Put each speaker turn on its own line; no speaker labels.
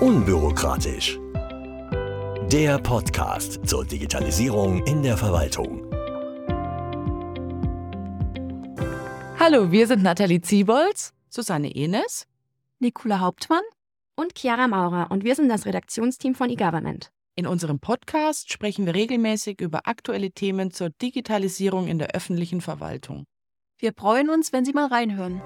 Unbürokratisch. Der Podcast zur Digitalisierung in der Verwaltung.
Hallo, wir sind Nathalie Ziebolz, Susanne Enes, Nicola Hauptmann.
und Chiara Maurer und wir sind das Redaktionsteam von eGovernment.
In unserem Podcast sprechen wir regelmäßig über aktuelle Themen zur Digitalisierung in der öffentlichen Verwaltung.
Wir freuen uns, wenn Sie mal reinhören.